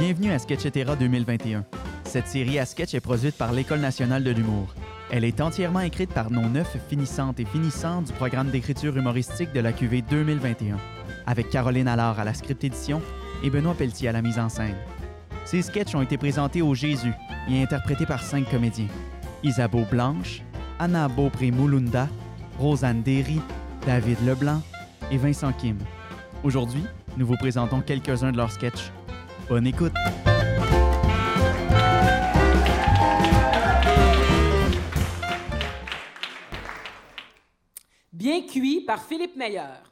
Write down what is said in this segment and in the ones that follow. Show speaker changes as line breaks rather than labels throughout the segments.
Bienvenue à Sketchetera 2021. Cette série à sketch est produite par l'École nationale de l'humour. Elle est entièrement écrite par nos neuf finissantes et finissants du programme d'écriture humoristique de la QV 2021, avec Caroline Allard à la script édition et Benoît Pelletier à la mise en scène. Ces sketchs ont été présentés au Jésus et interprétés par cinq comédiens. Isabeau Blanche, Anna Beaupré-Moulunda, Rosanne Derry, David Leblanc et Vincent Kim. Aujourd'hui, nous vous présentons quelques-uns de leurs sketchs. Bonne écoute!
Bien cuit par Philippe Meilleur.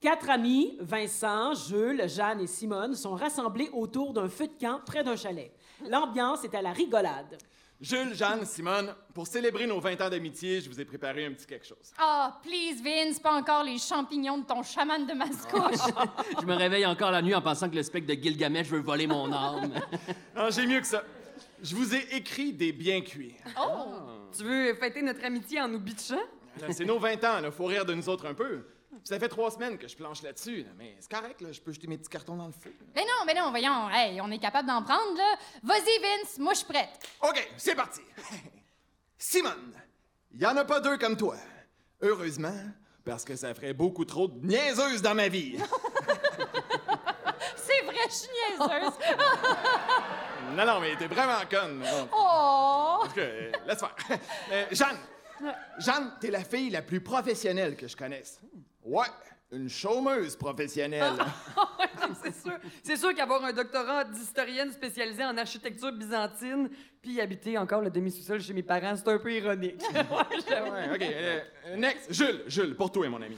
Quatre amis, Vincent, Jules, Jeanne et Simone, sont rassemblés autour d'un feu de camp près d'un chalet. L'ambiance est à la rigolade.
Jules, Jeanne, Simone, pour célébrer nos 20 ans d'amitié, je vous ai préparé un petit quelque chose.
Ah, please, Vince, pas encore les champignons de ton chaman de mascouche.
Je me réveille encore la nuit en pensant que le spectre de Gilgamesh veut voler mon âme.
Ah, j'ai mieux que ça. Je vous ai écrit des biens cuits.
Oh! Tu veux fêter notre amitié en nous bitchant?
Là, Euh, C'est nos 20 ans, là, faut rire de nous autres un peu. Puis Ça fait trois semaines que je planche là-dessus, là, mais c'est correct, là, je peux jeter mes petits cartons dans le feu.
mais non, mais non, voyons, hey, on est capable d'en prendre, là. Vas-y, Vince, moi, je suis prête.
OK, c'est parti. Simone, il y en a pas deux comme toi. Heureusement, parce que ça ferait beaucoup trop de niaiseuses dans ma vie.
C'est vrai, je suis niaiseuse.
non, non, mais t'es vraiment conne. non.
Oh!
En tout cas, euh, laisse faire. Euh, Jeanne, Jeanne, t'es la fille la plus professionnelle que je connaisse. Ouais, une chômeuse professionnelle.
c'est sûr. C'est sûr qu'avoir un doctorat d'historienne spécialisée en architecture byzantine, puis habiter encore le demi-sous-sol chez mes parents, c'est un peu ironique. Ouais, j'avoue.
Ouais, OK, euh, next. Jules, Jules, pour toi, mon ami.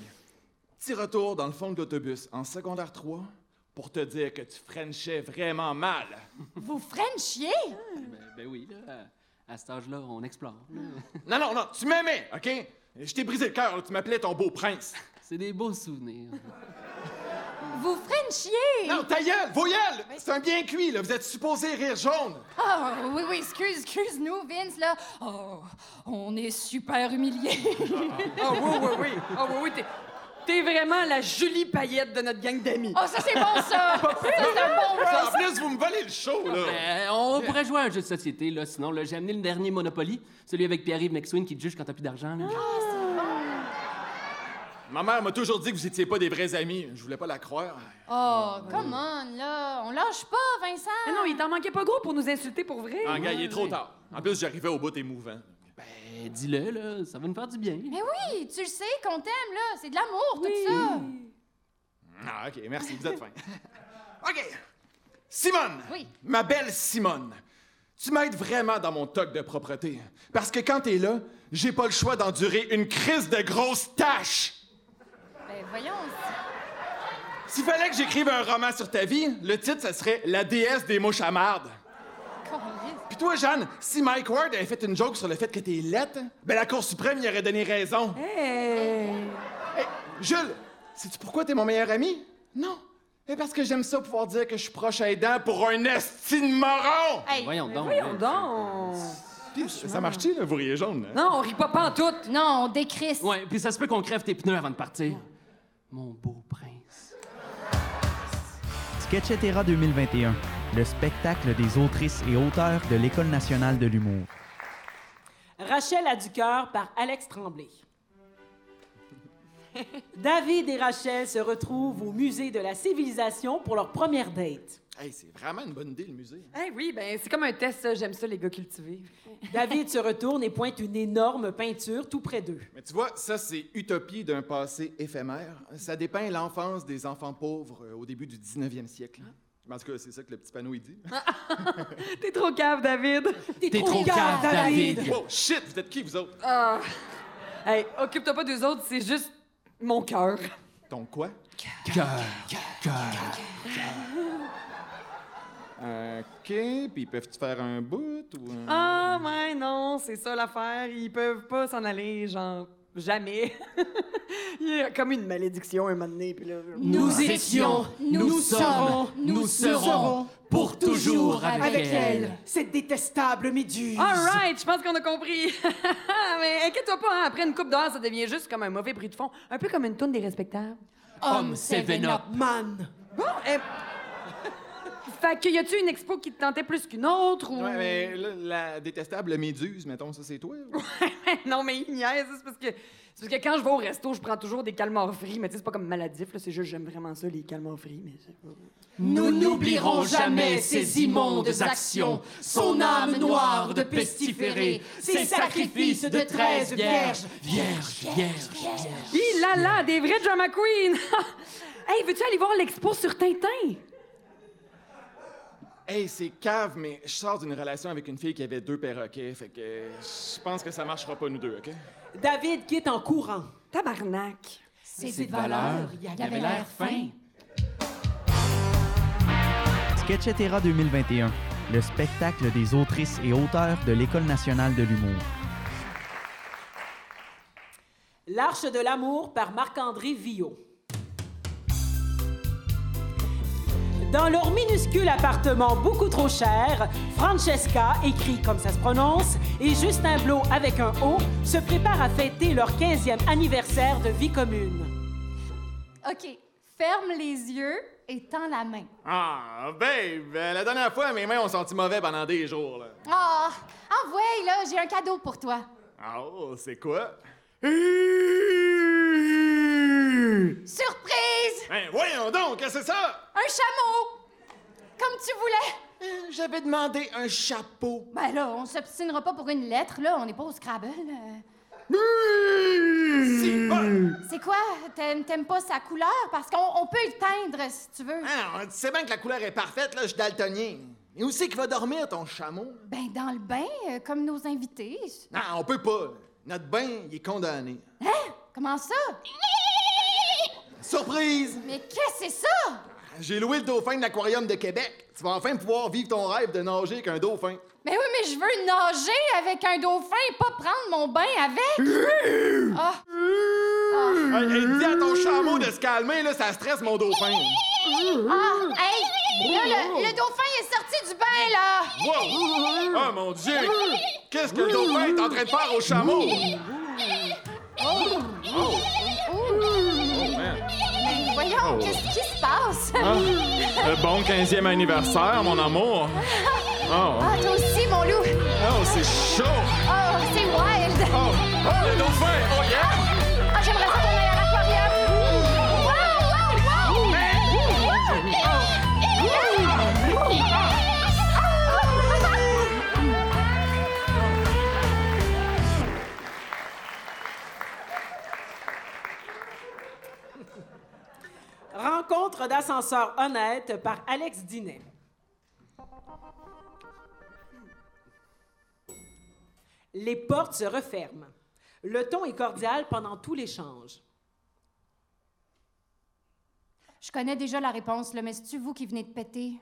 Petit retour dans le fond de l'autobus en secondaire 3 pour te dire que tu frenchais vraiment mal.
Vous Frenchiez?
ben, ben oui, là, à à cet âge-là, on explore.
Non, non, non, tu m'aimais, OK? Je t'ai brisé le cœur, là, tu m'appelais ton beau prince.
C'est des beaux souvenirs.
Vous Frenchiez?
Non, ta gueule, vos gueules! C'est un bien cuit, là, vous êtes supposé rire jaune.
Ah, oui, oui, excuse, excuse-nous, Vince, là. Oh, on est super humiliés.
Ah oui, oui, oui. Ah oui, oui, t'es... T'es vraiment la Julie Payette de notre gang d'amis.
oh, ça, c'est bon, ça! ça, c'est un bon roast.
En plus, vous me volez le show, là.
Euh, on pourrait jouer à un jeu de société, là, sinon. là, J'ai amené le dernier Monopoly, celui avec Pierre-Yves McSween qui te juge quand t'as plus d'argent. là.
Ma mère m'a toujours dit que vous étiez pas des vrais amis. Je voulais pas la croire.
Oh, come on, là. On lâche pas, Vincent.
Mais non, il t'en manquait pas gros pour nous insulter pour vrai.
En gars, il est trop tard. En plus, j'arrivais au bout émouvant.
Ben, dis-le, là, ça va nous faire du bien.
Mais oui, tu le sais qu'on t'aime, là. C'est de l'amour, tout ça.
Ah, OK, merci, vous êtes fin. OK. Simone!
Oui.
Ma belle Simone, tu m'aides vraiment dans mon toc de propreté. Parce que quand t'es là, j'ai pas le choix d'endurer une crise de grosses tâches!
Ben, voyons.
S'il fallait que j'écrive un roman sur ta vie, le titre, ça serait La déesse des mouches à marde. Puis toi, Jeanne, si Mike Ward avait fait une joke sur le fait que t'es lette, ben la Cour suprême y aurait donné raison.
Hey!
Hey, Jules, sais-tu pourquoi t'es mon meilleur ami? Non. Eh, parce que j'aime ça pouvoir dire que je suis proche aidant pour un esti de moron!
Hey,
Voyons donc.
Voyons
là.
donc.
Puis, ça marche-tu, le vous riez jaune? hein?
Non, on rit pas pantoute.
non, on décrisse.
Ouais, puis ça se peut qu'on crève tes pneus avant de partir. Mon beau prince.
Sketchetera 2021, le spectacle des autrices et auteurs de l'École nationale de l'humour.
Rachel a du cœur par Alex Tremblay. David et Rachel se retrouvent au musée de la civilisation pour leur première date.
Hey, c'est vraiment une bonne idée, le musée.
Eh oui, ben c'est comme un test, ça. J'aime ça, les gars cultivés.
David se retourne et pointe une énorme peinture tout près d'eux.
Mais tu vois, ça, c'est utopie d'un passé éphémère. Ça dépeint l'enfance des enfants pauvres euh, au début du 19e siècle.
Ah.
En tout cas, c'est ça que le petit panneau, il dit.
T'es trop cave, David.
T'es trop cave, David.
Wow, Oh, shit! Vous êtes qui, vous autres?
Ah. Hey, occupe-toi pas des autres, c'est juste mon cœur.
Ton quoi?
Cœur, cœur.
OK, puis peuvent-tu faire un bout ou... un-
Ah, mais non, c'est ça l'affaire. Ils peuvent pas s'en aller, genre, jamais. Il y a comme une malédiction un moment donné, puis là.
Mm.
Nous étions,
nous sommes, nous
serons
pour
toujours avec elle.
Cette détestable méduse.
All right, je pense qu'on a compris. mais inquiète-toi pas, hein, après une coupe d'heure, ça devient juste comme un mauvais prix de fond. Un peu comme une toune des respectables.
Homme, seven up.
Man.
Bon, eh, Fait que y a-tu une expo qui te tentait plus qu'une autre ou.
Ouais, mais là, la détestable méduse, mettons, ça, c'est toi. là.
non, mais il niaise, c'est parce que. C'est parce que quand je vais au resto, je prends toujours des calmars frits, mais tu sais, c'est pas comme maladif, là, c'est juste j'aime vraiment ça, les calmars frits, mais c'est pas-
Nous n'oublierons jamais ses immondes actions, son âme noire de pestiféré, ses sacrifices de treize vierges.
Hi là là, des vrais drama queens! hey, veux-tu aller voir l'expo sur Tintin?
Hey, c'est cave, mais je sors d'une relation avec une fille qui avait deux perroquets, fait que je pense que ça marchera pas, nous deux, OK?
David quitte en courant.
Tabarnak!
C'est de valeur, il y avait l'air fin.
Sketchetera 2021, le spectacle des autrices et auteurs de l'École nationale de l'humour.
L'Arche de l'amour par Marc-André Villot. Dans leur minuscule appartement beaucoup trop cher, Francesca, écrit comme ça se prononce, et Justin Blot, avec un O, se préparent à fêter leur 15e anniversaire de vie commune.
OK. Ferme les yeux et tends la main.
Ah, babe, euh, la dernière fois, mes mains ont senti mauvais pendant des jours, là.
Ah, envoie, là, j'ai un cadeau pour toi.
Ah, oh, c'est quoi?
Surprise!
Hein, voyons donc, qu'est-ce que c'est ça?
Un chameau! Comme tu voulais.
Euh, J'avais demandé un chapeau.
Ben là, on s'obstinera pas pour une lettre, là. On n'est pas au Scrabble. euh.
C'est bon.
C'est quoi? T'aimes t'aimes pas sa couleur? Parce qu'on on peut le teindre, si tu veux.
Ah, tu sais bien que la couleur est parfaite, là, je suis daltonien. Mais où c'est qu'il va dormir, ton chameau?
Ben, dans le bain, euh, comme nos invités.
Non, on peut pas. Notre bain, il est condamné.
Comment ça?
Surprise!
Mais qu'est-ce que c'est ça?
J'ai loué le dauphin de l'aquarium de Québec. Tu vas enfin pouvoir vivre ton rêve de nager avec un dauphin.
Mais oui, mais je veux nager avec un dauphin, pas prendre mon bain avec. Ah,
Hey, Euh, hey, dis à ton chameau de se calmer, là, ça stresse mon dauphin.
ah, hey! Là, le, le dauphin il est sorti du bain, là!
Wow! Oh mon Dieu! Qu'est-ce que le dauphin est en train de faire au chameau?
Mais Oh, voyons, qu'est-ce qui se passe?
Le bon 15e anniversaire, mon amour! Oh,
Ah, toi aussi, mon loup!
oh c'est chaud!
Oh, c'est wild!
Oh, oh, le dauphin! Oh yeah!
Ah, j'aimerais ça qu'on aille à l'aquarium! Wow, Ah. wow, wow! Ah. Ah.
Rencontre d'ascenseur honnête par Alex Dinet. Les portes se referment. Le ton est cordial pendant tout l'échange.
Je connais déjà la réponse, là, mais c'est-tu vous qui venez de péter?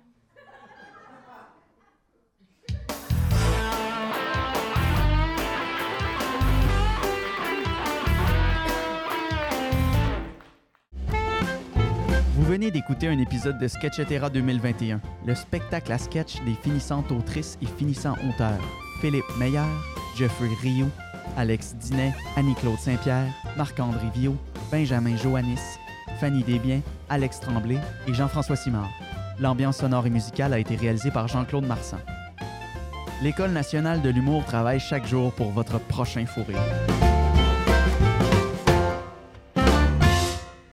Vous venez d'écouter un épisode de Sketchetera 2021, le spectacle à sketch des finissantes autrices et finissants auteurs. Philippe Meyer, Jeffrey Rio, Alex Dinet, Annie-Claude Saint-Pierre, Marc-André Viau, Benjamin Joannis, Fanny Desbiens, Alex Tremblay et Jean-François Simard. L'ambiance sonore et musicale a été réalisée par Jean-Claude Marsan. L'École nationale de l'humour travaille chaque jour pour votre prochain fourré.